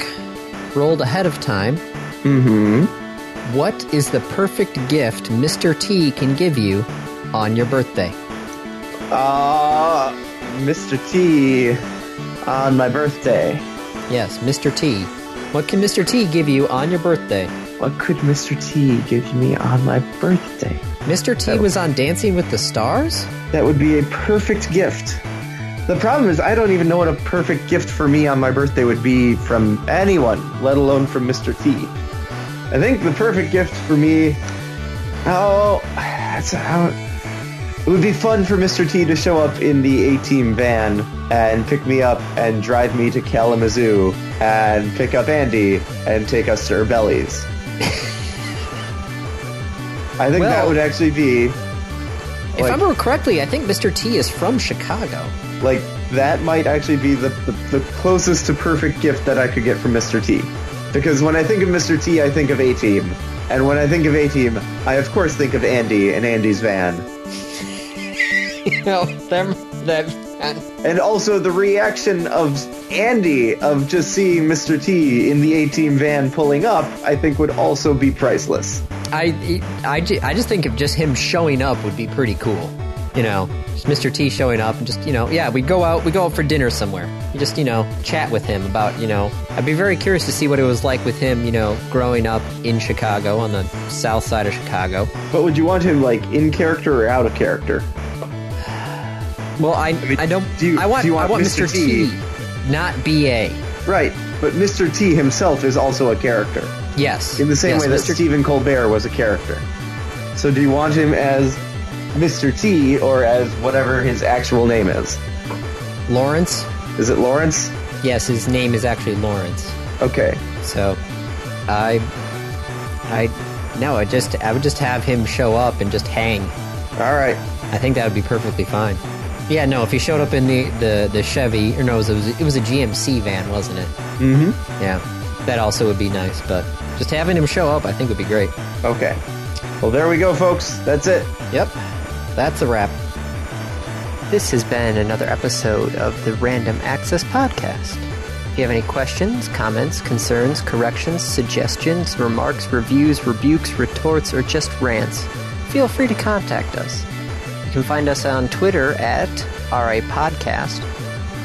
rolled ahead of time. Mm-hmm. What is the perfect gift Mr. T can give you on your birthday? Uh, Mr. T on my birthday. Yes, Mr. T. What can Mr. T give you on your birthday? What could Mr. T give me on my birthday? Mr. Oh. T was on Dancing with the Stars. That would be a perfect gift. The problem is, I don't even know what a perfect gift for me on my birthday would be from anyone, let alone from Mr. T. I think the perfect gift for me, oh, that's how it would be fun for Mr. T to show up in the A Team van and pick me up and drive me to Kalamazoo and pick up Andy and take us to Urbelli's. (laughs) I think that Well- would actually be if Like- I remember correctly, I think Mr. T is from (laughs) Chicago. like that might actually be the, the, the closest to perfect gift that I could get from Mr. T. Because when I think of Mr. T, I think of A Team. And when I think of A Team, I of course think of Andy and Andy's van. you know, them, them, and And also the reaction of Andy of just seeing Mr. T in the A Team van pulling up, I think would also be priceless. I, I, ju- I just think of just him showing up would be pretty cool. You know, just Mr. T showing up and just, you know, yeah, we go out, we go out for dinner somewhere. You just, you know, chat with him about, you know, I'd be very curious to see what it was like with him, you know, growing up in Chicago, on the south side of Chicago. But would you want him like in character or out of character? Well, I, I, mean, don't, do you- I want, do you want I want Mr. Mr. T, not BA. Right, but Mr. T himself is also a character. Yes. In the same Yes, way that Mr. Stephen Colbert was a character. So do you want him as Mr. T or as whatever his actual name is? Lawrence. Is it Lawrence? Yes, his name is actually Lawrence. Okay. So, I, I, no, I just, I would just have him show up and just hang. All right. I think that would be perfectly fine. Yeah, no, if he showed up in the the, the Chevy, or no, it was, a, it was a GMC van, wasn't it? Mm-hmm. Yeah, that also would be nice. But just having him show up, I think would be great. Okay. Well, there we go, folks. That's it. Yep, that's a wrap. This has been another episode of the Random Access Podcast. If you have any questions, comments, concerns, corrections, suggestions, remarks, reviews, rebukes, retorts, or just rants, feel free to contact us. You can find us on Twitter at RAPodcast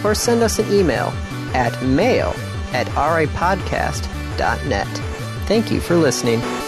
or send us an email at mail at rapodcast.net. Thank you for listening.